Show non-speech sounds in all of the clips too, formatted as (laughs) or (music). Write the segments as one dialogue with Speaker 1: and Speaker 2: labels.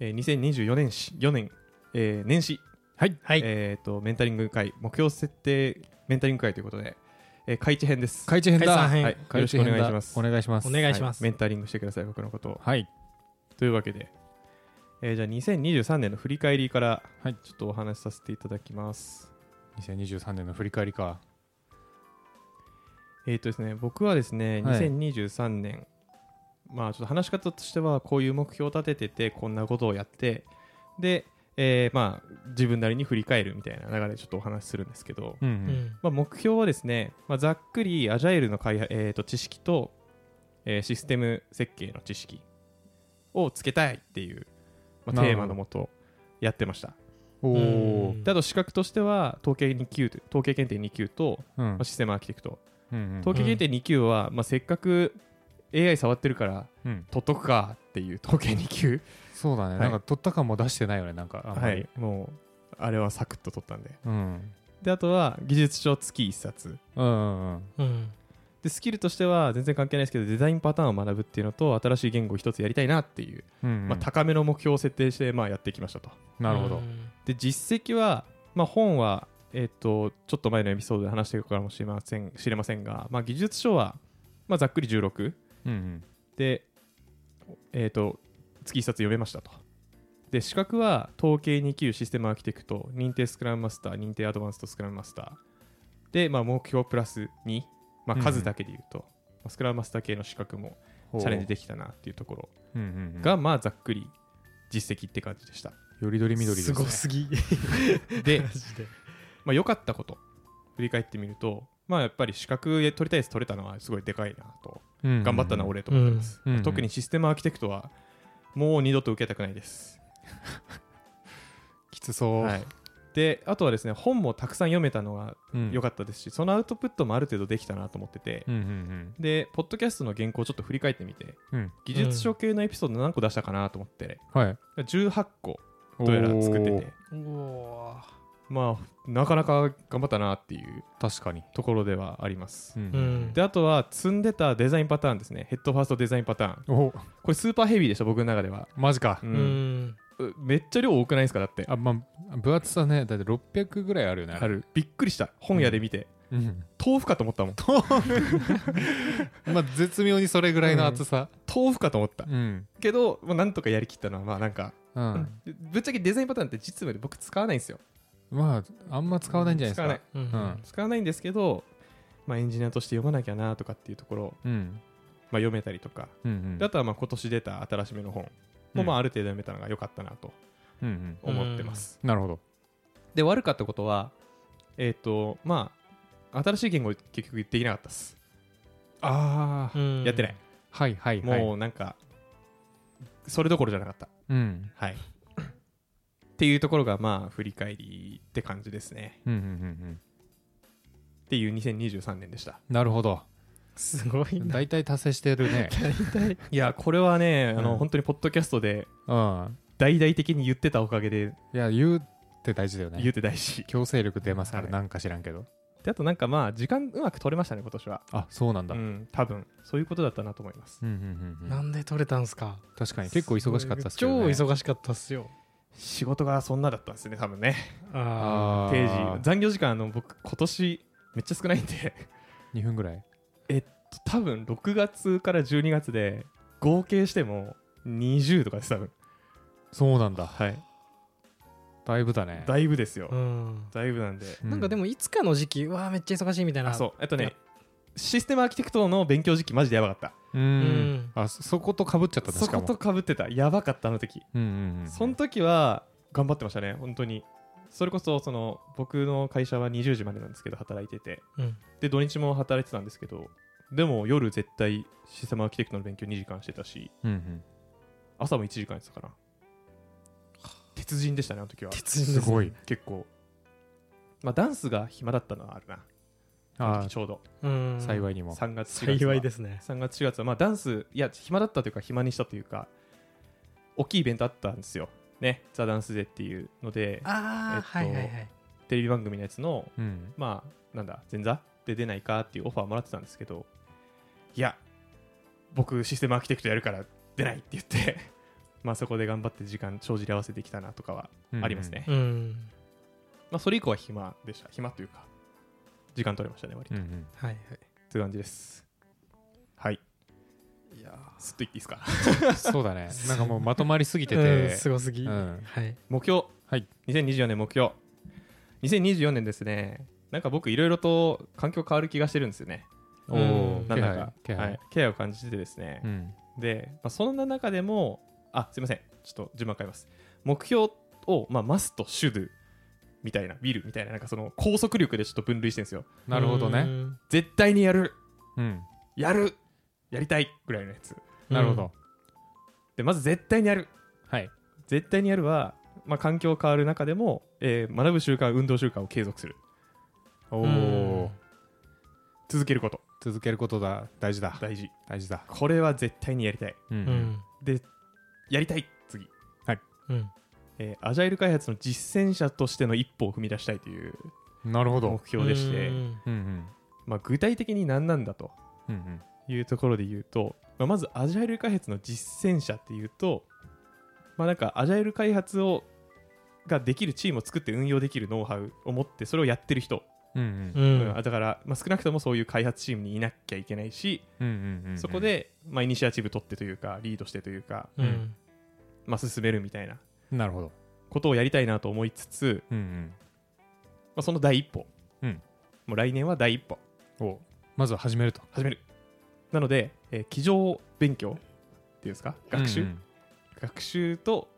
Speaker 1: えー、2024年し4年、えー年始、
Speaker 2: はい。はい。
Speaker 1: えーとメンタリング会目標設定メンタリング会ということで、えー、開地編です。
Speaker 2: 開地編だ。
Speaker 3: 開地
Speaker 2: は
Speaker 3: 編
Speaker 2: い。
Speaker 1: はい、よろしくお願いします。
Speaker 2: お願いします。
Speaker 3: お願いします
Speaker 1: はいメンタリングしてください僕のことを。
Speaker 2: はい。
Speaker 1: というわけで、えーじゃあ2023年の振り返りから
Speaker 2: はい
Speaker 1: ちょっとお話しさせていただきます。
Speaker 2: 2023年の振り返りか。
Speaker 1: えっ、とですね僕はですね
Speaker 2: はい
Speaker 1: 2023年、まあちょっと話し方としてはこういう目標を立てててこんなことをやってで、えーまあ自分なりに振り返るみたいな流れでちょっとお話しするんですけど。
Speaker 2: うん
Speaker 3: う
Speaker 2: うん。
Speaker 3: ん。
Speaker 1: まあ、目標はですね、まあ、ざっくりアジャイルの開発、えー、と知識と、えーシステム設計の知識をつけたいっていう、まあ、
Speaker 2: なる
Speaker 1: テ
Speaker 2: ほど
Speaker 1: ーマのもとやってました
Speaker 2: おお。
Speaker 1: であと資格としては統計2級と統計検定2級と、
Speaker 2: うん
Speaker 1: まあ、システムアーキテクト
Speaker 2: うん
Speaker 1: 統計検定2級は、まあ、せっかく AI 触ってるから
Speaker 2: うん。
Speaker 1: 取っとくかっていう統計2級
Speaker 2: そうだね。
Speaker 1: い
Speaker 2: なんか取った感も出してないよね。なんかあんま
Speaker 1: は
Speaker 2: り
Speaker 1: い。もうあれはサクッと取ったんで
Speaker 2: うん。
Speaker 1: であとは技術書月1冊
Speaker 2: うんうんうん。
Speaker 3: うん。
Speaker 1: でスキルとしては全然関係ないですけどデザインパターンを学ぶっていうのと新しい言語を一つやりたいなっていう、
Speaker 2: うんう
Speaker 1: まあ、
Speaker 2: ん。
Speaker 1: 高めの目標を設定してまあやってきましたと
Speaker 2: なるほど。
Speaker 1: で実績は、まあ、本は、えっとちょっと前のエピソードで話してるかもしれません知れませんが、まあ、技術書は、まあ、ざっくり16
Speaker 2: うん
Speaker 1: で、えっと月1冊読めましたとで資格は統計2級システムアーキテクト認定スクラムマスター認定アドバンストスクラムマスターで、まあ、目標プラス2、まあ、数だけで言うと、まあスクラムマスター系の資格も
Speaker 2: うん。
Speaker 1: チャレンジできたなっていうところ
Speaker 2: うんうんうん。
Speaker 1: が、まあざっくり実績って感じでした。
Speaker 2: よりどり緑ですすね
Speaker 3: ごすぎ。
Speaker 2: (laughs)
Speaker 1: で
Speaker 3: マ、ジで。
Speaker 1: まあ良かったこと、振り返ってみると、まあやっぱり資格取りたいやつ取れたのはすごいでかいなと、頑張ったな、。俺と思ってます。
Speaker 2: うんうん
Speaker 1: 特にシステムアーキテクトは、もう二度と受けたくないです。
Speaker 2: きつそう。
Speaker 1: はいで、あとはですね、本もたくさん読めたのが良
Speaker 2: かっ
Speaker 1: かったですし、そのアウトプットもある程度できたなと思ってて、
Speaker 2: た。うんうん
Speaker 1: で、ポッドキャストの原稿をちょっと振り返ってみて、
Speaker 2: うん。うん。
Speaker 1: 技術書系のエピソード何個出したかなと思って、
Speaker 2: はい。
Speaker 1: 18個どうやら作って
Speaker 2: お
Speaker 1: て
Speaker 2: ー。。
Speaker 3: おおー。
Speaker 1: まあ、なかなか頑張ったなっていう
Speaker 2: 確かに。
Speaker 1: ところではあります。
Speaker 3: うん。
Speaker 1: で、あとは積んでたデザインパターンですね。ヘッドファーストデザインパターン。
Speaker 2: お
Speaker 1: これスーパーヘビーでした、僕の中では。
Speaker 2: マジか
Speaker 1: う。
Speaker 3: うんん。
Speaker 1: うめっちゃ量多くないですか、だって。
Speaker 2: あ、まあ、分厚さね、だって600ぐらいあるよね。
Speaker 1: あ。る。びっくりした。本屋で見て。
Speaker 2: うん。
Speaker 1: 豆腐かと思ったもん。
Speaker 2: まあ、絶妙にそれぐらいの厚さ。
Speaker 1: 豆腐かと思った。
Speaker 2: うん。
Speaker 1: けど、まあ、なんとかやりきったのは、まあなんか、
Speaker 2: うん。
Speaker 1: ぶっちゃけデザインパターンって実務で僕使わないんですよ。
Speaker 2: まあ、あんま使わないんじゃない
Speaker 1: 使
Speaker 2: ですか。
Speaker 1: わない。
Speaker 3: う
Speaker 2: うん
Speaker 3: ん。
Speaker 1: 使わないんですけど、まあエンジニアとして読まなきゃなとかっていうところを、
Speaker 2: うん。
Speaker 1: まあ読めたりとか。
Speaker 2: うんうん。
Speaker 1: であとはまあ今年出た新しめの本
Speaker 2: う
Speaker 1: も
Speaker 2: ん
Speaker 1: まあある程度読めたのが良かったなと
Speaker 2: うんうん。
Speaker 1: 思ってます。
Speaker 2: なるほど。
Speaker 1: で、悪かったことは、えっ、と、まあ、新しい言語結局できなかったっす。
Speaker 2: ああ。
Speaker 3: うん
Speaker 1: やってない。。
Speaker 2: はいはいはい。
Speaker 1: もうなんか、それどころじゃなかった。
Speaker 2: う。うん。
Speaker 1: はい。っていうところが、まあ、振り返りって感じですね。
Speaker 2: うんうんうんうん。
Speaker 1: っていう2023年でした。
Speaker 2: なるほど。
Speaker 3: すごいな。
Speaker 2: 大体達成してるね。
Speaker 1: いや、これはね、あの、
Speaker 2: うん
Speaker 1: 本当にポッドキャストで
Speaker 2: (laughs) うん。
Speaker 1: 大々的に言ってたおかげで、
Speaker 2: いや、言うって大事だよね
Speaker 1: 言。って大事。
Speaker 2: 強制力出ますあれ
Speaker 1: はい
Speaker 2: なんか知らんけど。
Speaker 1: で、あとなんかまあ、時間うまく取れましたね、今年は。
Speaker 2: あ、そうなんだ。
Speaker 1: う
Speaker 2: うん
Speaker 1: ん、多分そういうことだったなと思います。
Speaker 2: うんうんう。
Speaker 3: なんんで取れたんすか
Speaker 2: 確かに結構忙しかったっすけどね。
Speaker 3: 超忙しかったっすよ。
Speaker 1: 仕事がそんなだったんですね、多分ね。
Speaker 3: あ
Speaker 2: あ
Speaker 1: 定
Speaker 2: ー
Speaker 1: 時。残業時間、あの、僕、今年、めっちゃ少ないんで、 (laughs)
Speaker 2: 2分ぐらい。
Speaker 1: 多分6月から12月で、合計しても20とかです、多分
Speaker 2: そうなんだ。
Speaker 1: はい。
Speaker 2: だいぶだね。
Speaker 1: だいぶですよ
Speaker 3: あ。。うん。
Speaker 1: だいぶなんで。
Speaker 2: う
Speaker 3: なんかでもいつかの時期、うわあめっちゃ忙しいみたいな。
Speaker 1: あ、そう。えっと
Speaker 3: いや
Speaker 1: ね、システムアーキテクトの勉強時期、マジでやばかっ
Speaker 2: う。
Speaker 3: うんん。
Speaker 2: あ、そそことかぶっちゃった
Speaker 1: た。
Speaker 2: ね
Speaker 1: そ
Speaker 2: しか
Speaker 1: こ
Speaker 2: も
Speaker 1: とかぶってた。やばかった、あの時。
Speaker 2: うんうんうん。
Speaker 1: その時は、頑張ってましたね、本当に。それこそ、その、僕の会社は20時までなんですけど、働いてて。
Speaker 3: うん。
Speaker 1: で土日も働いてたんですけどでも夜絶対システムアーキテクトの勉強2時間してたし
Speaker 2: うんうん。
Speaker 1: 朝も1時間やってたから鉄人でしたねあの時は
Speaker 3: 鉄人
Speaker 2: す
Speaker 3: ですね
Speaker 2: ごい。
Speaker 1: 結構まあダンスが暇だったのはあるなあの
Speaker 2: あ
Speaker 1: 時ちょうど
Speaker 3: うん。
Speaker 2: あ、幸いにも。
Speaker 1: 3月4月
Speaker 3: 幸いですすね。
Speaker 1: 3月4月はまあダンスいや暇だったというか暇にしたというか大きいイベントあったんですよねザ・ダンスデーっていうので
Speaker 3: ああ、
Speaker 1: えっと
Speaker 3: はいはいはい。
Speaker 1: テレビ番組のやつの
Speaker 2: うん。
Speaker 1: まあ、なんだ、前座で出ないかっていうオファーもらってたんですけど、いや、僕、システムアーキテクトやるから出ないって言って、 (laughs) まあ、そこで頑張って時間帳尻合わせてきたなとかはありますね、
Speaker 3: うん
Speaker 1: まあ、それ以降は暇でした暇というか時間取れましたね割
Speaker 2: う
Speaker 1: と、
Speaker 2: んうん (laughs)
Speaker 3: はいはい
Speaker 1: という感じですはい
Speaker 3: いや
Speaker 1: すっと言っていいですか
Speaker 2: そうだねなんかもうまとまりすぎて
Speaker 3: うん
Speaker 2: て
Speaker 3: すごすぎ、
Speaker 2: うん
Speaker 3: はい
Speaker 1: 目標、
Speaker 2: はい、
Speaker 1: 2024年目標2024年ですねなんか僕いろいろと環境変わる気がしてるんですよね
Speaker 2: おお
Speaker 3: うん
Speaker 1: なんだか
Speaker 2: 気配気
Speaker 1: は
Speaker 2: 配
Speaker 1: い、気配を感じてですね、
Speaker 2: うん
Speaker 1: で、まあ、そんな中でもあすいませんちょっと順番変えます目標を、まあ、マスとシュドゥみたいなビルみたいななんかその高速力でちょっと分類してるんですよ
Speaker 2: なるほどね
Speaker 1: 絶対にやる
Speaker 2: うん
Speaker 1: やるやりたいぐらいのやつ
Speaker 2: なるほど
Speaker 1: でまず絶対にやる
Speaker 2: はい
Speaker 1: 絶対にやるは、まあ、環境変わる中でも、えー学ぶ習慣運動習慣を継続する
Speaker 2: お
Speaker 3: うん
Speaker 2: お
Speaker 1: 続けること
Speaker 2: 続けることだ大事だ
Speaker 1: 大事
Speaker 2: 大事だ
Speaker 1: これは絶対にやりたい
Speaker 2: うん
Speaker 3: うんうん
Speaker 1: でやりたい次、
Speaker 3: うん
Speaker 1: えーアジャイル開発の実践者としての一歩を踏み出したいという
Speaker 2: なるほど
Speaker 1: 目標でして、
Speaker 3: うん
Speaker 2: うんうん
Speaker 1: まあ、具体的に何なんだと
Speaker 2: うんうん
Speaker 1: いうところで言うと、まあ、まずアジャイル開発の実践者っていうと、まあ、なんかアジャイル開発をができるチームを作って運用できるノウハウを持ってそれをやってる人、
Speaker 2: うんう
Speaker 3: う
Speaker 2: ん
Speaker 1: うんんあだから、まあ、少なくともそういう開発チームにいなきゃいけないし、
Speaker 2: うんうんうん
Speaker 1: そこで、まあ、イニシアチブ取ってというかリードしてというか、
Speaker 3: うん
Speaker 1: まあ、進めるみたいな
Speaker 2: なるほど
Speaker 1: ことをやりたいなと思いつつ、
Speaker 2: うん
Speaker 1: まあ、その第一歩、
Speaker 2: うん
Speaker 1: もう来年は第一歩
Speaker 2: うんおまずは始めると
Speaker 1: 始めるなので、えー机上勉強っていうんですか学習、
Speaker 2: うん
Speaker 1: 学習と、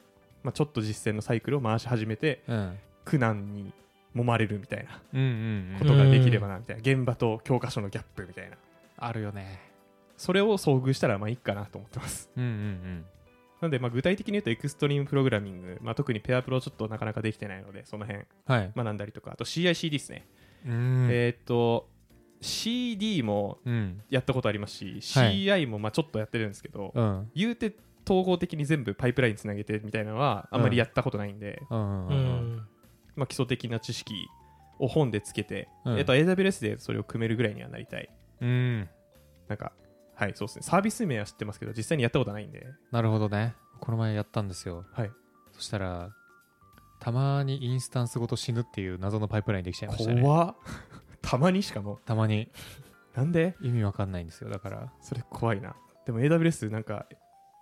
Speaker 1: まあ、ちょっと実践のサイクルを回し始めて
Speaker 2: うん
Speaker 1: 苦難に揉まれるみたいな
Speaker 2: うんうん
Speaker 1: こ
Speaker 2: うん
Speaker 1: とができればなみたいな現場と教科書のギャップみたいな
Speaker 2: あるよね
Speaker 1: それを遭遇したらまあいいかなと思ってます
Speaker 2: うんうん
Speaker 1: なのでまあ具体的に言うとエクストリームプログラミング、まあ、特にペアプロちょっとなかなかできてないのでその辺
Speaker 2: うんはい
Speaker 1: 学んだりとかあと CICD ですね、
Speaker 2: うん
Speaker 1: えーっと CD も
Speaker 2: うん
Speaker 1: やったことありますし、
Speaker 2: はい
Speaker 1: CI もまあちょっとやってるんですけど、
Speaker 2: うん
Speaker 1: 言うて統合的に全部パイプラインつなげてみたいなのはあんまりやったことないんで、
Speaker 2: うん
Speaker 3: う
Speaker 2: うん
Speaker 3: ん
Speaker 1: まあ、基礎的な知識を本でつけて、
Speaker 2: うん
Speaker 1: えっと AWS でそれを組めるぐらいにはなりたい
Speaker 2: うん
Speaker 1: なんかはいそうですねサービス名は知ってますけど実際にやったことないんで
Speaker 2: なるほどねこの前やったんですよ
Speaker 1: はい
Speaker 2: そしたらたまにインスタンスごと死ぬっていう謎のパイプラインできちゃいましたね
Speaker 1: 怖っ (laughs) たまにしかも
Speaker 2: たまに
Speaker 1: なんで
Speaker 2: 意味わかんないんですよだから
Speaker 1: それ怖いなでも AWS なんか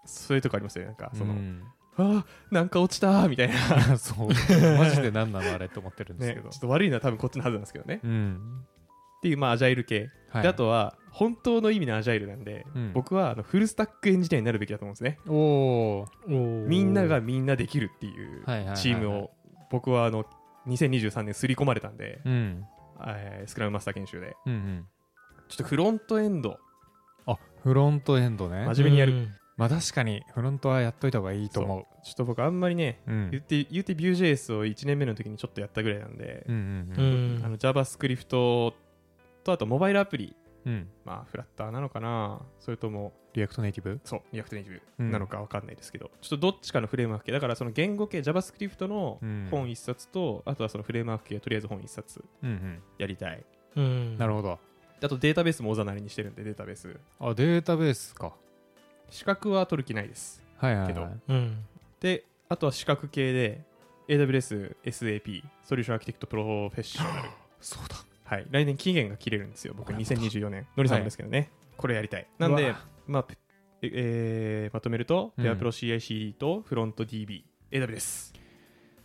Speaker 1: そういうとこありますよねなんかその、
Speaker 2: うん
Speaker 1: あーなんか落ちたーみたいな
Speaker 2: (laughs) そうマジで何なのあれと思ってるんです
Speaker 1: ね
Speaker 2: けど
Speaker 1: ちょっと悪いのは多分こっちのはずなんですけどね、
Speaker 2: うん
Speaker 1: っていうまあアジャイル系、
Speaker 2: はい
Speaker 1: であとは本当の意味のアジャイルなんで、
Speaker 2: うん
Speaker 1: 僕はあのフルスタックエンジニアになるべきだと思うんですね
Speaker 2: おお
Speaker 1: みんな
Speaker 3: が
Speaker 1: がみんなできるっていう
Speaker 2: はいはいはいはい
Speaker 1: チームを僕はあの2023年すり込まれたんで、
Speaker 2: うん
Speaker 1: えースクラムマスター研修で
Speaker 2: うんうん
Speaker 1: ちょっとフロントエンド
Speaker 2: あフロントエンドね
Speaker 1: 真面目にやる
Speaker 3: る
Speaker 2: まあ確かにフロントはやっといた方がいいと思
Speaker 1: ちょっと僕あんまりね
Speaker 2: ううん
Speaker 1: 言って言うて Vue.js を1年目の時にちょっとやったぐらいなんで、
Speaker 2: うんう
Speaker 3: うんん
Speaker 1: あの JavaScript とあとモバイルアプリ
Speaker 2: うん
Speaker 1: まあフラッターなのかなそれとも
Speaker 2: リアクトネイティブ
Speaker 1: そうリアクトネイティブなのかわかんないですけど、ちょっとどっちかのフレームワーク系だからその言語系 JavaScript の
Speaker 2: うん
Speaker 1: 本1冊と、あとはそのフレームワーク系とりあえず本1冊
Speaker 2: うん
Speaker 1: やりたい
Speaker 3: うん
Speaker 2: うんなるほど
Speaker 1: あとデータベースもおざなりにしてるんでデータベース
Speaker 2: あデータベースか
Speaker 1: 資格は取る気ないです
Speaker 2: はいはい
Speaker 1: け
Speaker 2: は
Speaker 1: ど
Speaker 2: い
Speaker 3: うん
Speaker 1: であとは資格系で AWS SAP ソリューションアーキテクトプロフェッショナル
Speaker 2: (gasps) そうだ
Speaker 1: はい来年期限が切れるんですよ僕
Speaker 2: なるほど
Speaker 1: 2024年のりさんもですけどね、これやりたいなん
Speaker 2: う
Speaker 1: で
Speaker 2: わ
Speaker 1: まあペええーまとめると、
Speaker 2: うん
Speaker 1: ペアプロ CICD とフロント DBAWS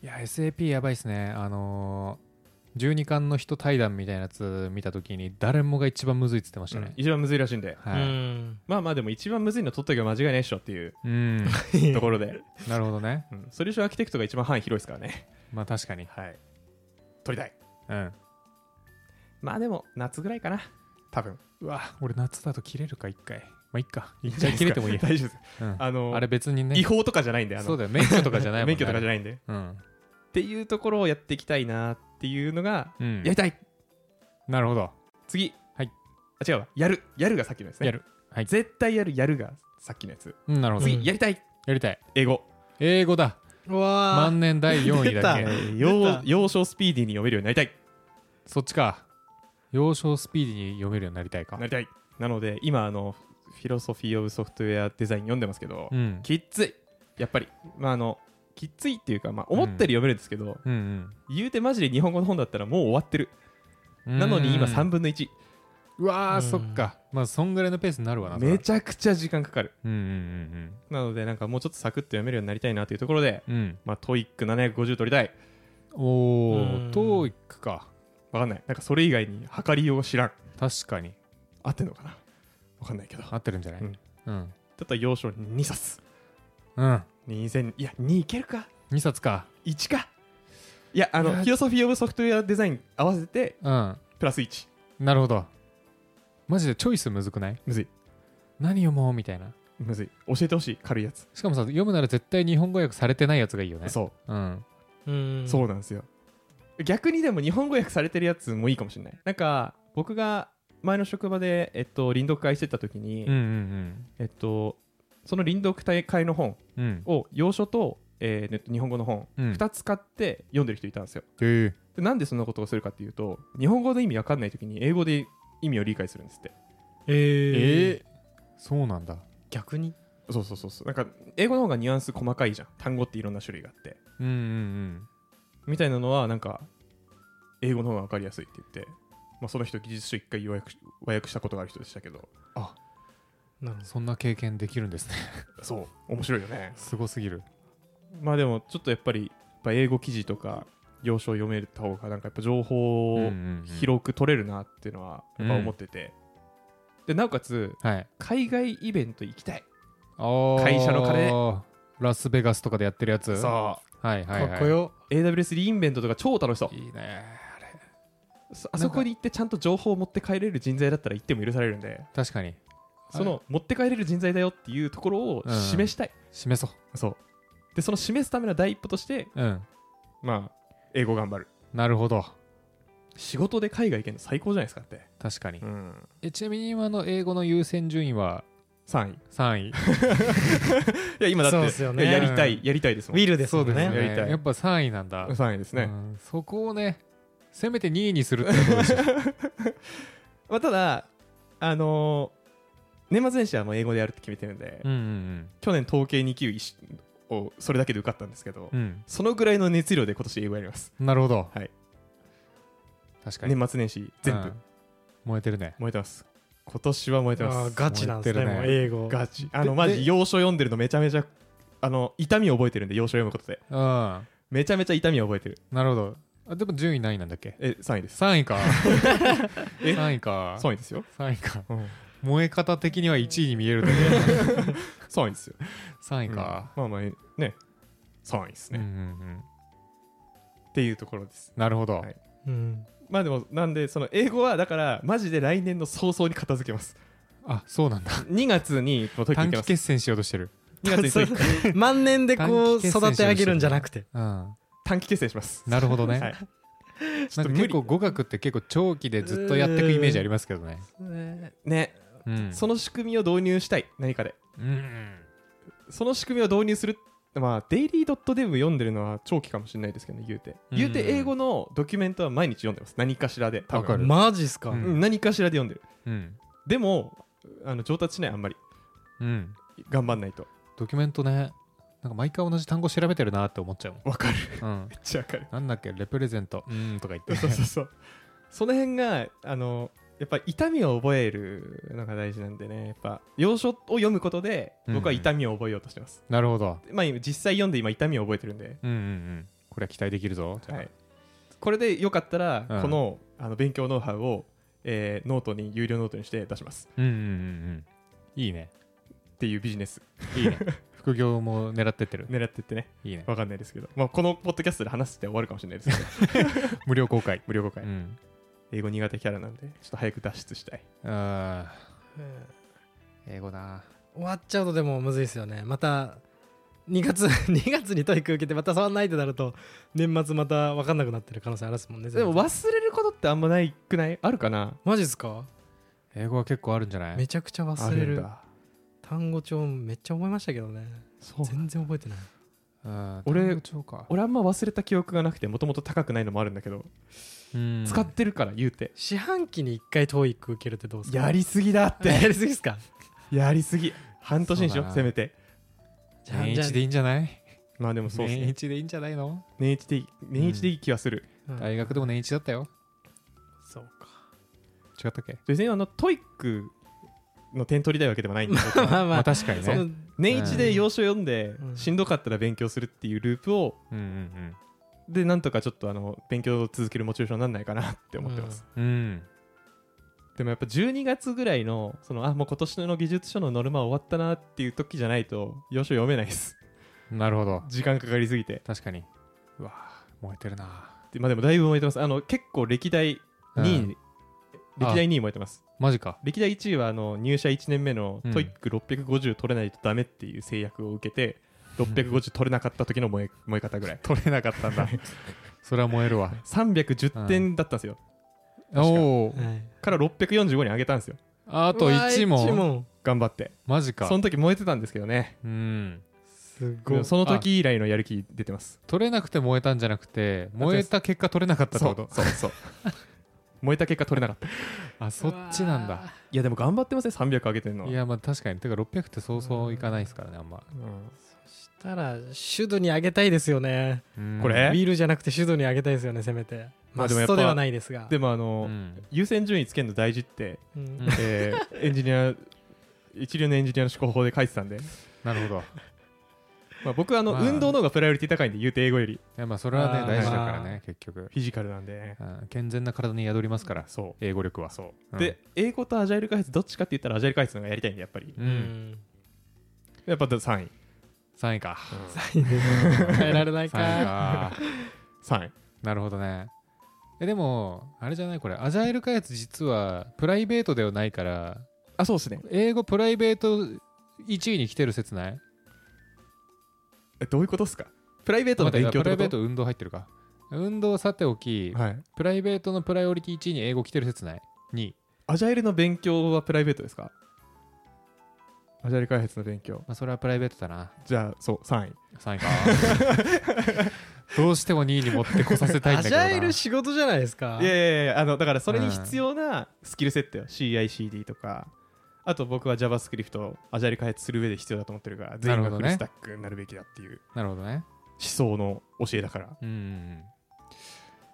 Speaker 2: いや SAP やばいっすねあのー、12巻の人対談みたいなやつ見たときに誰もが一番むずいっつってましたね、
Speaker 1: 一番むずいらしいんで
Speaker 3: う
Speaker 2: はい
Speaker 3: ん
Speaker 1: まあまあでも一番むずいの取っとけば間違いないっしょっていう
Speaker 2: うん
Speaker 1: ところで、
Speaker 2: なるほどね
Speaker 1: うんソリューションアーキテクトが一番範囲広いですからね
Speaker 2: まあ確かに
Speaker 1: はい取りたい
Speaker 2: うん
Speaker 1: まあでも夏ぐらいかな多分
Speaker 2: うわ俺夏だと切れるか一回まあいっか一
Speaker 1: じゃ
Speaker 2: 回切れてもいいや、
Speaker 1: 大丈夫です。
Speaker 2: うん
Speaker 1: あの、
Speaker 2: あれ別にね
Speaker 1: 違法とかじゃないんで、あの
Speaker 2: そうだよ免許とかじゃないもん、ね、
Speaker 1: 免許とかじゃ
Speaker 2: ない
Speaker 1: ないんで。っ
Speaker 2: うん、
Speaker 1: ていうところをやっていきたいなっていうのが、
Speaker 2: うん
Speaker 1: やり、たい
Speaker 2: なるほど
Speaker 1: 次
Speaker 2: はい。
Speaker 1: あ、違うわ。やる。やるがさっきのですね。
Speaker 2: やるはい
Speaker 1: 絶対やる。やるがさっきのやつ。
Speaker 2: うんなるほど
Speaker 3: うん
Speaker 1: 次、やりたい
Speaker 2: やりたい
Speaker 1: 英語。
Speaker 2: 英語だ
Speaker 3: うわあ
Speaker 2: 万年第4位だっけ
Speaker 1: えー
Speaker 3: 出
Speaker 1: 要
Speaker 3: た
Speaker 1: 要所スピーディーに読めるようになりたい。
Speaker 2: そっちか幼少スピーディーに読めるようになりたいか
Speaker 1: なりたい。なので、今、あの、フィロソフィー・オブ・ソフトウェア・デザイン読んでますけど
Speaker 2: う、ん
Speaker 1: きっつい。やっぱり、まあ、あのきっついっていうか、まあ、思ったより読めるんですけど、
Speaker 2: うん
Speaker 1: 言うてマジで日本語の本だったらもう終わってる、
Speaker 2: うん、
Speaker 1: なのに今
Speaker 2: うん
Speaker 1: 3分の1
Speaker 2: うわー、
Speaker 3: うん
Speaker 2: そっかまあそんぐらいのペースになるわな
Speaker 1: め
Speaker 2: ゃ
Speaker 1: ちゃくちゃ時間かかる
Speaker 2: うんうん
Speaker 1: なのでなんかもうちょっとサクッと読めるようになりたいなというところで、
Speaker 2: うんうん
Speaker 1: まあ、トイック750取りたい
Speaker 2: うんお
Speaker 3: うん
Speaker 2: ートーイックか
Speaker 1: わかんないなんかそれ以外に測りよう知らん
Speaker 2: 確かに
Speaker 1: 合ってんのかなわかんないけどだ
Speaker 2: 合ってるんじゃない
Speaker 1: うん
Speaker 2: うん、
Speaker 1: ったら要所2冊
Speaker 2: うん、
Speaker 1: 2000いや2いけるか
Speaker 2: 2冊か
Speaker 1: 1かいやあの
Speaker 2: いや
Speaker 1: フィロソフィー・オブ・ソフトウェア・デザイン合わせて
Speaker 2: うん
Speaker 1: プラス1
Speaker 2: なるほどマジでチョイスむずくない
Speaker 1: むずい
Speaker 2: 何読もうみたいな
Speaker 1: むずい教えてほしい軽いやつ、
Speaker 2: しかもさ読むなら絶対日本語訳されてないやつがいいよね、
Speaker 1: そう
Speaker 2: ん、
Speaker 3: うん
Speaker 1: うそうなんですよ逆にでも日本語訳されてるやつもいいかもしれないなんか僕が前の職場で、えっと、臨読会してた時に、
Speaker 2: うんうん
Speaker 1: えっとその臨読大会の本
Speaker 2: うんうん
Speaker 1: を要所と、えー、ネット日本語の本
Speaker 2: うん
Speaker 1: 2つ買って読んでる人いたんですよ
Speaker 2: へえ
Speaker 1: でなんでそんなことをするかっていうと日本語の意味わかんない時に英語で意味を理解するんですって
Speaker 3: え
Speaker 2: え
Speaker 3: ー、
Speaker 2: ーそうなんだ
Speaker 3: 逆に
Speaker 1: そうそうそうそうなんか英語の方がニュアンス細かいじゃん単語っていろんな種類があって
Speaker 2: うんうん
Speaker 1: みたいなのはなんか英語の方がわかりやすいって言って、まあ、その人技術書一回要約し和訳したことがある人でしたけど
Speaker 3: なる
Speaker 2: うんそんな経験できるんですね (laughs)
Speaker 1: そう面白いよね
Speaker 2: すごすぎる
Speaker 1: まあでもちょっとやっぱりやっぱ英語記事とか要所を読めた方がなんかやっぱ情報を
Speaker 2: い
Speaker 1: 広く取れるなっていうのはやっぱ思ってて、でなおかつ
Speaker 2: はい
Speaker 1: 海外イベント行きたい会
Speaker 2: 会
Speaker 1: 社の金
Speaker 2: ラスベガスとかでやってるやつ
Speaker 1: さあ
Speaker 2: はいはい、
Speaker 3: ほど
Speaker 2: はい、
Speaker 3: かっこよ
Speaker 1: AWS リインベントとか超楽しそう
Speaker 2: いいねあれ
Speaker 1: そあそこに行ってちゃんと情報を持って帰れる人材だったら行っても許されるんで
Speaker 2: 確かに
Speaker 1: その持って帰れる人材だよっていうところを
Speaker 2: うん
Speaker 1: 示したい、
Speaker 2: 示そ
Speaker 1: そうでその示すための第一歩として
Speaker 2: ううん
Speaker 1: まあ英語頑張る
Speaker 2: なるほど
Speaker 1: 仕事で海外行けるの最高じゃないですかって、
Speaker 2: 確かに
Speaker 1: うん、
Speaker 2: えちなみに今の英語の優先順位は
Speaker 1: 3位い
Speaker 2: 3位
Speaker 1: や今だって
Speaker 3: そうですよね
Speaker 1: いややりたいやりたいです
Speaker 3: ウ
Speaker 1: もん
Speaker 3: ィルですもんね
Speaker 1: そうですねやりたい
Speaker 2: やっぱ3位なんだ
Speaker 1: 3位ですね、
Speaker 2: うんそこをねせめて2位にするってこと
Speaker 1: (laughs)
Speaker 2: でしょ
Speaker 1: まあ、ただあのー年末年始はもう英語でやるって決めてるんで、
Speaker 2: うんうん
Speaker 1: 去年統計2級一をそれだけで受かったんですけど、
Speaker 2: うん、
Speaker 1: そのぐらいの熱量で今年英語やります、
Speaker 2: うん、なるほど
Speaker 1: はい
Speaker 2: 確かに、
Speaker 1: 年末年始全
Speaker 2: う
Speaker 1: 部
Speaker 2: ん燃えてるね
Speaker 1: 燃えてます今年は燃えて
Speaker 3: あ
Speaker 1: ま
Speaker 3: ー
Speaker 1: す
Speaker 3: ガチなんです
Speaker 2: 燃
Speaker 3: ね
Speaker 2: え
Speaker 3: もう
Speaker 2: てる
Speaker 3: 英語
Speaker 1: ガチあの
Speaker 2: で
Speaker 1: マ
Speaker 2: で
Speaker 1: ジ要所読んでるのめちゃめちゃあの痛みを覚えてるんで要所読むことで
Speaker 2: うんな
Speaker 1: めちゃめちゃ痛みを覚えてる
Speaker 2: るほどあでも順位何位なんだっけ
Speaker 1: え3位です
Speaker 2: 3位か
Speaker 1: (laughs) え
Speaker 2: 3位か
Speaker 1: 3位ですよ、
Speaker 2: 3位か
Speaker 1: うん、
Speaker 2: 燃え方的には1位に見える
Speaker 1: (laughs)
Speaker 2: だけ
Speaker 1: 3位ですよ
Speaker 2: 3位か、
Speaker 1: うんまあまあね3位です
Speaker 2: うん
Speaker 1: ね、
Speaker 2: うん
Speaker 1: っ
Speaker 2: うん、
Speaker 1: ていうところです
Speaker 2: なるほど、
Speaker 1: はい
Speaker 3: うん
Speaker 1: まあでもなんでその英語はだからマジで来年の早々に片付けます
Speaker 2: あそうなんだ
Speaker 1: 2月にもうトイック行
Speaker 2: 短
Speaker 1: けま
Speaker 2: 期
Speaker 1: す
Speaker 2: 決戦しようとしてる
Speaker 1: 2月にトイック
Speaker 3: 万
Speaker 1: (laughs)
Speaker 3: 年でこう
Speaker 2: 短期決戦
Speaker 3: 育て上げるんじゃなくて
Speaker 2: うん
Speaker 1: 短期決戦します
Speaker 2: なるほどね、
Speaker 1: はいち
Speaker 2: な
Speaker 1: ょっと
Speaker 2: んか結
Speaker 1: 無
Speaker 2: 構
Speaker 1: 理
Speaker 2: 語学って結構長期でずっとやっていくイメージありますけどね、
Speaker 1: ね
Speaker 2: うん、
Speaker 1: その仕組みを導入したい何かで
Speaker 2: うん
Speaker 1: その仕組みを導入するまあ、デイリー .dev 読んでるのは長期かもしれないですけどね、言うて。
Speaker 2: うん
Speaker 1: 言うて、英語のドキュメントは毎日読んでます。何かしらで。多
Speaker 2: わか
Speaker 1: 分
Speaker 2: る
Speaker 3: マジっすか、
Speaker 2: うん
Speaker 1: うん何かしらで読んでる。
Speaker 2: うん
Speaker 1: でも、あの上達しない、あんまり。
Speaker 2: うん
Speaker 1: 頑張んないと。
Speaker 2: ドキュメントねなんか毎回同じ単語調べてるなって思っちゃうも
Speaker 1: わかる。 (laughs)
Speaker 2: ん、うん
Speaker 1: め、っちゃわかる。
Speaker 2: なんだっけレプレゼントうんとか言って
Speaker 1: そうそうそう。その辺が、あの、やっぱ痛みを覚えるのが大事なんでね、やっぱ、要所を読むことで、僕は痛みを覚えようとしてます。
Speaker 2: なるほど
Speaker 1: まあ、今実際読んで今、痛みを覚えてるんで、
Speaker 2: うんうんうんこれは期待できるぞじゃあ
Speaker 1: はい、これでよかったら、
Speaker 2: うん
Speaker 1: このあの勉強ノウハウを、えーノートに有料ノートにして出します
Speaker 2: うんうんうんうんいいね
Speaker 1: っていうビジネス
Speaker 2: いいね副業も狙ってってる
Speaker 1: 狙ってってね
Speaker 2: いいね
Speaker 1: わかんないですけど、まあ、このポッドキャストで話して終わるかもしれないですけど
Speaker 2: 無料公開
Speaker 1: 無料公開、
Speaker 2: うん
Speaker 1: 英語苦手キャラなんでちょっと早く脱出したい
Speaker 2: あ
Speaker 3: うん
Speaker 2: ー英語な
Speaker 3: 終わっちゃうとでもむずいですよねまた2月 (laughs) 2月にトイック受けてまた触んないとなると年末また分かんなくなってる可能性ありますもんね
Speaker 1: でも
Speaker 3: 全然
Speaker 1: 忘れることってあんまないくないあるかな
Speaker 3: マジっすか
Speaker 2: 英語は結構あるんじゃない
Speaker 3: めちゃくちゃ忘れ
Speaker 1: あん
Speaker 3: る
Speaker 1: だ
Speaker 3: 単語帳めっちゃ覚えましたけどね
Speaker 1: そう
Speaker 3: 全然覚えてない
Speaker 2: うん
Speaker 1: 俺
Speaker 2: 単語帳か
Speaker 1: 俺あんま忘れた記憶がなくてもともと高くないのもあるんだけど、
Speaker 2: うん
Speaker 1: 使ってるから言うて
Speaker 3: 四半期に1回トイック受けるってどうすか
Speaker 1: やりすぎだって
Speaker 3: やりすぎっすか
Speaker 1: やりすぎ半年にしよ
Speaker 2: そう
Speaker 1: う
Speaker 2: だな
Speaker 1: せめて
Speaker 3: じゃあ
Speaker 2: 年
Speaker 3: じゃあ
Speaker 2: 一でいいんじゃない
Speaker 1: まあでもそうです
Speaker 2: 年
Speaker 1: ね。
Speaker 2: 一でいいんじゃないの
Speaker 1: 年一でいい、年一でいい気はする。
Speaker 3: うん
Speaker 2: 大学でも年一だったよ。
Speaker 3: そうか
Speaker 2: 違ったっけ
Speaker 1: 別にあの、トイックの点取りたいわけでもないんで、僕は
Speaker 3: (laughs) まあ
Speaker 2: ま
Speaker 3: ま
Speaker 2: あ
Speaker 3: あ
Speaker 2: 確かに
Speaker 3: そ
Speaker 2: ね。
Speaker 3: の
Speaker 1: 年一で要所読んで
Speaker 3: う、ん
Speaker 1: しんどかったら勉強するっていうループを、
Speaker 2: うんうん
Speaker 1: で、なんとかちょっとあの、勉強を続けるモチベーションになんないかなって思ってます。
Speaker 2: うん。うん。
Speaker 1: でもやっぱ12月ぐらいの、その、あ、もう今年の技術書のノルマ終わったなっていう時じゃないと、要所読めないです。
Speaker 2: なるほど。
Speaker 1: 時間かかりすぎて。
Speaker 2: 確かに。うわぁ燃えてるな
Speaker 1: でまあでもだいぶ燃えてます。あの、結構歴代
Speaker 2: ぁ
Speaker 1: 2位、
Speaker 2: うん
Speaker 1: 歴代2位燃えてます。
Speaker 2: マジか。
Speaker 1: 歴代1位はあの入社1年目の
Speaker 2: うん
Speaker 1: トイック650取れないとダメっていう制約を受けて、650取れなかった時の (laughs) 燃え燃え方ぐらい
Speaker 2: 取れなかったん
Speaker 1: (laughs)
Speaker 2: だ。それは燃えるわ。
Speaker 1: 310点だったんですよ、か
Speaker 2: おお。
Speaker 3: はい
Speaker 1: から645に上げたんですよ
Speaker 2: あと1
Speaker 3: うわ
Speaker 2: 問。
Speaker 3: 問
Speaker 1: 頑張って
Speaker 2: マジか
Speaker 1: そ。の時燃えてたんですけどね
Speaker 2: うん。
Speaker 3: す
Speaker 1: で
Speaker 3: ご
Speaker 1: も
Speaker 3: い
Speaker 1: その時以来のやる気出てます
Speaker 2: 取れなくて燃えたんじゃなくて、燃えた結果取れなかったって
Speaker 1: そ
Speaker 2: こ
Speaker 1: う
Speaker 2: と。
Speaker 1: そうそう (laughs) 燃えた結果取れなかったい
Speaker 2: あ、そっちなん
Speaker 3: うわ
Speaker 2: だ。
Speaker 1: やでも頑張ってますね300上げてるのはい
Speaker 2: や、まあ確かに。てか600ってそうそういかないですからね、あんま。
Speaker 1: う
Speaker 3: したらシュドにあげたいですよね
Speaker 2: うん
Speaker 1: これえ
Speaker 3: ビールじゃなくてシュドにあげたいですよねせめて
Speaker 1: まあ
Speaker 3: マ
Speaker 1: でもや
Speaker 3: ス
Speaker 1: っぱ
Speaker 3: トではないですが
Speaker 1: んでもあ
Speaker 2: う
Speaker 1: の、
Speaker 2: ん
Speaker 1: 優先順位つけるの大事って、
Speaker 3: う
Speaker 2: う
Speaker 3: ん
Speaker 2: ん
Speaker 1: え
Speaker 2: (laughs)
Speaker 1: ーエンジニア一流のエンジニアの思考法で書いてたんで、
Speaker 2: なるほど。い
Speaker 1: まあ、僕はあの、
Speaker 2: まあ
Speaker 1: 運動の方がプライオリティ高いんで言うて英語より
Speaker 2: や、まあそれはね
Speaker 3: あ、ー
Speaker 2: 大事だから
Speaker 3: まあ
Speaker 2: ね、結局。
Speaker 1: フィジカルなんでね
Speaker 2: うん健全な体に宿りますから、
Speaker 1: そ
Speaker 2: 英語力
Speaker 1: う
Speaker 2: は。
Speaker 1: そう、
Speaker 2: うん
Speaker 1: で英語とアジャイル開発どっちかって言ったらアジャイル開発の方がやりたいんでやっぱり
Speaker 2: う。
Speaker 3: うんん
Speaker 1: やっぱ3位、
Speaker 2: 3位か。
Speaker 3: 変えられな
Speaker 2: 3
Speaker 3: い
Speaker 2: 位
Speaker 3: か
Speaker 1: (laughs)
Speaker 2: か。
Speaker 1: 3位
Speaker 2: なるほどね。えでも、あれじゃないこれ、アジャイル開発実はプライベートではないから、
Speaker 1: あそうですね
Speaker 2: 英語プライベート1位に来てる説ない
Speaker 1: えどういうことですかプライベートの勉強っ
Speaker 2: 待ってプライ
Speaker 1: て
Speaker 2: ベ
Speaker 1: こ
Speaker 2: ー
Speaker 1: と
Speaker 2: ト運動入ってるか。運動さておき、
Speaker 1: はい
Speaker 2: プライベートのプライオリティ1位に英語来てる説ない ?2 位。
Speaker 1: アジャイルの勉強はプライベートですかアジャイル開発の勉強
Speaker 2: まあ、それはプライベートだな。
Speaker 1: じゃあそう3位
Speaker 2: 3位か。 (laughs) どうしても2位に持ってこさせたいん
Speaker 3: ア
Speaker 2: だけ
Speaker 3: ジ
Speaker 2: どな。
Speaker 3: ャイル仕事じゃないですか
Speaker 1: いやいやいやあのだからそれに必要なスキルセットよ、CICD とかあと僕は JavaScript をアジャイル開発する上で必要だと思ってるから全員がフルスタックになるべきだっていう
Speaker 2: なるほどね。
Speaker 1: 思想の教えだから、
Speaker 2: うんうんうん。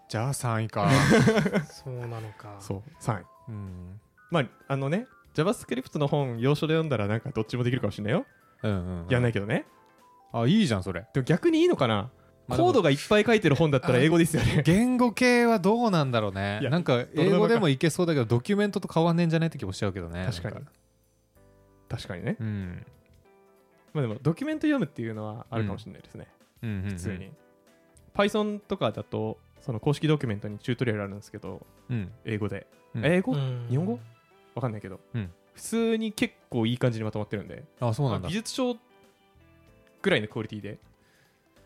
Speaker 2: じゃあ3位か。
Speaker 3: そうなのか
Speaker 1: そう3位
Speaker 2: うん。
Speaker 1: まあ、あのね、JavaScript の本、要所で読んだら、なんかどっちもできるかもしれないよ。
Speaker 2: うんうん。。
Speaker 1: やんないいけどね。
Speaker 2: あ、いいじゃん、
Speaker 1: (laughs)
Speaker 2: それ。
Speaker 1: でも逆にいいのかな、
Speaker 2: まあでも
Speaker 1: コードがいっぱい書いてる本だったら英語ですよね。
Speaker 2: (laughs) 言語系はどうなんだろうね
Speaker 1: いや
Speaker 2: なんか
Speaker 1: れ
Speaker 2: 英
Speaker 1: なの
Speaker 2: 語
Speaker 1: か
Speaker 2: でもいけそうだけどドキュメントと変わんねえんじゃないって気もしちゃうけどね
Speaker 1: 確か
Speaker 2: な
Speaker 1: に
Speaker 2: ん。
Speaker 1: 確かにね。
Speaker 2: うん
Speaker 1: まあでも、ドキュメント読むっていうのはあるかもしれないですね。
Speaker 2: うんうんうん
Speaker 1: 普通に。Python とかだと、その公式ドキュメントにチュートリアルあるんですけど、
Speaker 2: うん
Speaker 1: 英語で。
Speaker 2: うん
Speaker 1: 英語、
Speaker 3: うん
Speaker 1: 日本語わかんないけど、
Speaker 2: うん
Speaker 1: 普通に結構いい感じにまとまってるんで、
Speaker 2: あそうなんだ
Speaker 1: 技術書ぐらいのクオリティで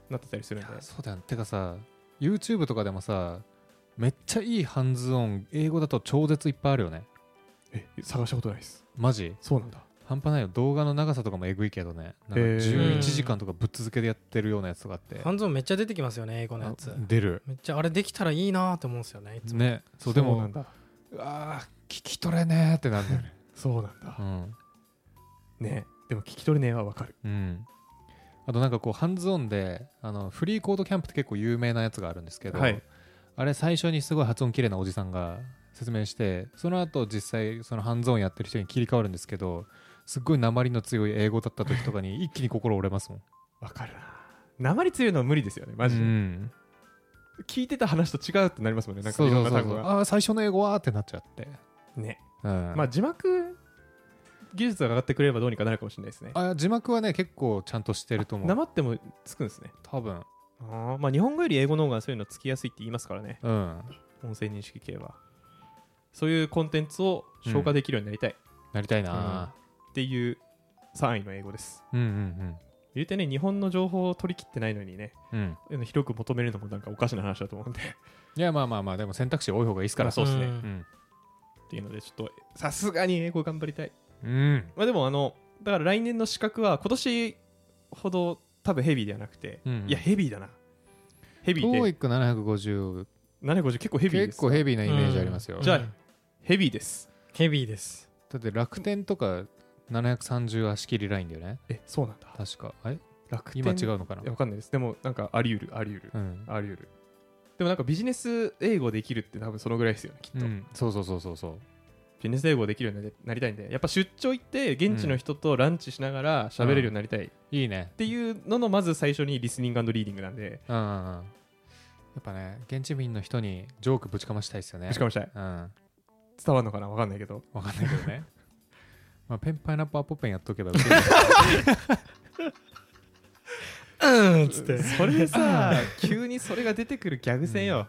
Speaker 1: なってたりするんで
Speaker 2: いや。そうだよねてかさ YouTube とかでもさめっちゃいいハンズオン英語だと超絶いっぱいあるよね
Speaker 1: え、探したことないです。
Speaker 2: マジ
Speaker 1: そうなんだ。
Speaker 2: 半端ないよ動画の長さとかもえぐいけどねなんか
Speaker 1: へー
Speaker 2: 11時間とかぶっ続けでやってるようなやつとかあって
Speaker 3: ハンズオンめっちゃ出てきますよね英語のやつ
Speaker 2: あ出る
Speaker 3: めっちゃあれできたらいいなーって思うんですよねいつも
Speaker 2: ねそうで
Speaker 1: な
Speaker 2: も
Speaker 1: んだ。
Speaker 2: うわー聞き取れねえってなん
Speaker 1: (laughs)
Speaker 2: だよね
Speaker 1: そうなんだ
Speaker 2: う。ん
Speaker 1: ねでも聞き取れねえはわかる。
Speaker 2: うん、あとなんかこうハンズオンであのフリーコードキャンプって結構有名なやつがあるんですけど、
Speaker 1: はい
Speaker 2: あれ最初にすごい発音綺麗なおじさんが説明してその後実際そのハンズオンやってる人に切り替わるんですけどすっごい鉛の強い英語だった時とかに一気に心折れますもん
Speaker 1: わかるな。鉛強いのは無理ですよね、マジで。
Speaker 2: うん
Speaker 1: 聞いてた話と違うってなりますもんね、なんか
Speaker 2: そ
Speaker 1: いう
Speaker 2: そ
Speaker 1: ろんな
Speaker 2: うそう
Speaker 1: 単
Speaker 2: そ
Speaker 1: 語
Speaker 2: う
Speaker 1: が。
Speaker 2: ああ最初の英語はーってなっちゃって、
Speaker 1: ね。
Speaker 2: うん
Speaker 1: まあ、字幕技術が上がってくれればどうにかなるかもしれないですね。
Speaker 2: あ字幕はね結構ちゃんとしてると思う
Speaker 1: なまってもつくんですね。
Speaker 2: 多分
Speaker 1: ああ、まあ、日本語より英語の方がそういうのつきやすいって言いますからね、
Speaker 2: うん
Speaker 1: 音声認識系は。そういうコンテンツを消化できるようになりたい
Speaker 2: なりたいな
Speaker 1: っていう3位の英語です。
Speaker 2: ー、うん
Speaker 1: 言うてね、日本の情報を取り切ってないのにね、
Speaker 2: うんうんうん
Speaker 1: 広く求めるのもなんかおかしな話だと思うんで、 (laughs)
Speaker 2: いやまあまあまあでも選択肢多い方がいいですか
Speaker 1: ま
Speaker 2: ら
Speaker 1: あそうですね
Speaker 3: ん
Speaker 2: うん
Speaker 1: っていうので、ちょっとさすがに英語頑張りたい。
Speaker 2: うん
Speaker 1: まあでもあのだから来年の資格は今年ほど多分ヘビーではなくて、
Speaker 2: うん
Speaker 1: いやヘビーだなヘビーで
Speaker 2: TOEIC750
Speaker 1: 750結構ヘビーです
Speaker 2: 結構ヘ
Speaker 1: ビ
Speaker 2: ビーなイメージありますよ、
Speaker 3: うん
Speaker 1: じゃあ
Speaker 3: うん
Speaker 1: ヘビーです
Speaker 3: ヘビーです
Speaker 2: だって楽天とか730足切りラインだよね
Speaker 1: えそうなんだ
Speaker 2: 確かあれ
Speaker 1: 楽天
Speaker 2: 今違うのかない
Speaker 1: やわかんないです。でも、なんか、あり得る、あり得る、
Speaker 2: うん、
Speaker 1: あり得る。でも、なんか、ビジネス英語できるって多分そのぐらいですよね、きっ
Speaker 2: う
Speaker 1: と。
Speaker 2: ん、そうそうそうそうそう
Speaker 1: ビジネス英語できるようになりたいんで、やっぱ出張行って、現地の人とランチしながら喋れるようになりたいっ
Speaker 2: いいね
Speaker 1: ていうのの、まず最初にリスニングリーディングなんで、
Speaker 2: うんうんうんやっぱね現地民の人にジョークぶちかましたいですよね
Speaker 1: しかもしたい。
Speaker 2: うん
Speaker 1: 伝わるのかなわかんないけど。
Speaker 2: わかんないけど (laughs) ねまあペンパイナップルアップルペンやっとけばウケる (laughs)
Speaker 3: うんっつって
Speaker 1: それ
Speaker 2: (laughs)
Speaker 1: さ、急にそれが出てくるギャグ戦よ。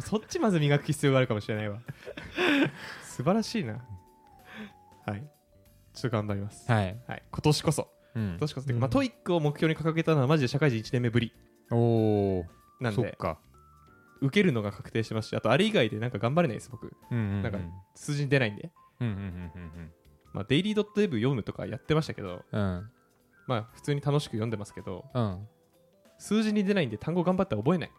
Speaker 1: そっちまず磨く必要があるかもしれ
Speaker 2: (laughs)
Speaker 1: ないわ。素晴らしいな。はい。ちょっと頑張ります。
Speaker 2: はい、
Speaker 1: はい、今年こそ、
Speaker 2: うん
Speaker 1: 今、年こそっていう
Speaker 3: うん
Speaker 1: か、まあ、トイックを目標に掲げたのは、マジで社会人1年目ぶり
Speaker 2: おお
Speaker 1: なん
Speaker 2: そっ
Speaker 1: で、
Speaker 2: か
Speaker 1: 受けるのが確定してますし、あと、あれ以外でなんか頑張れないです、僕。
Speaker 2: うんうんうん
Speaker 1: なんか数字に出ないんで。
Speaker 2: うんうんうん
Speaker 1: まあ、デイリードットデブ読むとかやってましたけど、
Speaker 2: うんうん
Speaker 1: まあ、普通に楽しく読んでますけど、
Speaker 2: うん
Speaker 1: 数字に出ないんで、単語頑張って覚えない。
Speaker 2: こ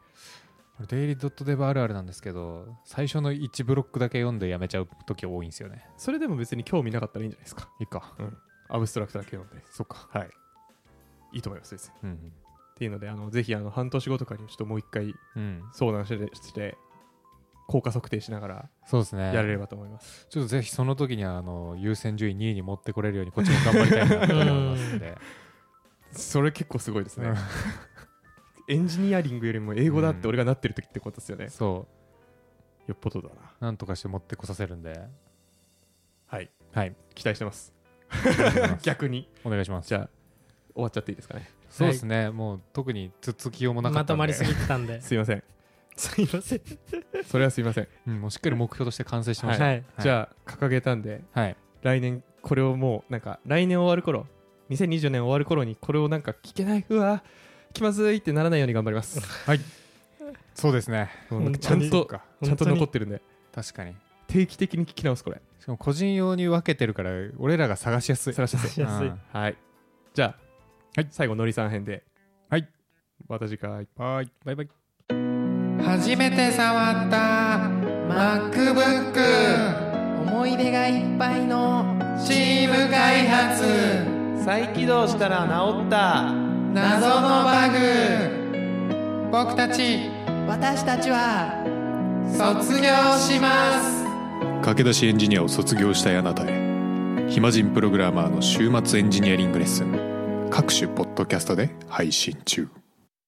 Speaker 2: れデイリードットデブあるあるなんですけど最初の1ブロックだけ読んでやめちゃう時多いんですよね
Speaker 1: それでも別に興味なかったらいいんじゃないですか。
Speaker 2: いいか
Speaker 1: アブストラクトだけ読んで。そっか。はい。いいと思います、別に。
Speaker 2: うん
Speaker 1: っていうので、あのぜひあの半年後とかにちょっともう一回
Speaker 2: うん、うん、
Speaker 1: 相談して、して効果測定しながら
Speaker 2: そうですね
Speaker 1: やれればと思います。
Speaker 2: ちょっとぜひその時にはあの優先順位2位に持ってこれるようにこっちも頑張りたいなと思いますんで
Speaker 1: それ結構すごいですね
Speaker 2: うん。
Speaker 1: エンジニアリングよりも英語だって俺がなってる時ってことですよね。
Speaker 2: そ
Speaker 1: よっぽどだな。
Speaker 2: うなんとかして持ってこさせるん (laughs) で
Speaker 1: はい。
Speaker 2: はい
Speaker 1: 期待してます。逆に。
Speaker 2: (laughs) お願いします
Speaker 1: じゃあ、終わっちゃっていいですかね。
Speaker 2: そうですね、もう特につつきようもなか
Speaker 3: ま
Speaker 2: った
Speaker 3: と
Speaker 2: んで
Speaker 3: まりすぎてたん
Speaker 1: (laughs)
Speaker 3: で
Speaker 1: すいません。
Speaker 3: (laughs) すいません
Speaker 1: それはすいません。
Speaker 2: うん、もうしっかり目標として完成してました
Speaker 3: はい
Speaker 1: じゃあ、掲げたんで、
Speaker 2: はい、
Speaker 1: 来年、これをもう、なんか、来年終わる頃、2020年終わる頃に、これをなんか、聞けない、うわ、気まずいってならないように頑張り (laughs) ます。
Speaker 2: そうですね
Speaker 1: もうなんかちゃん
Speaker 3: 本当
Speaker 1: と、ちゃんと残ってるんで、
Speaker 2: 確かに
Speaker 1: 定期的に聞き直す、これ。
Speaker 2: しかも個人用に分けてるから俺らが探しやすい
Speaker 1: 探しやすい
Speaker 3: しやすい
Speaker 1: はい。じゃあ、最後、のりさん編で。
Speaker 2: はい。
Speaker 1: また次回。
Speaker 2: はいバイバイ
Speaker 4: 初めて触った MacBook 思い出がいっぱいのチーム開発
Speaker 1: 再起動したら治った
Speaker 4: 謎のバグ僕たち私たちは卒業します
Speaker 5: 駆け出しエンジニアを卒業したいあなたへ暇人プログラマーの週末エンジニアリングレッスン各種ポッドキャストで配信中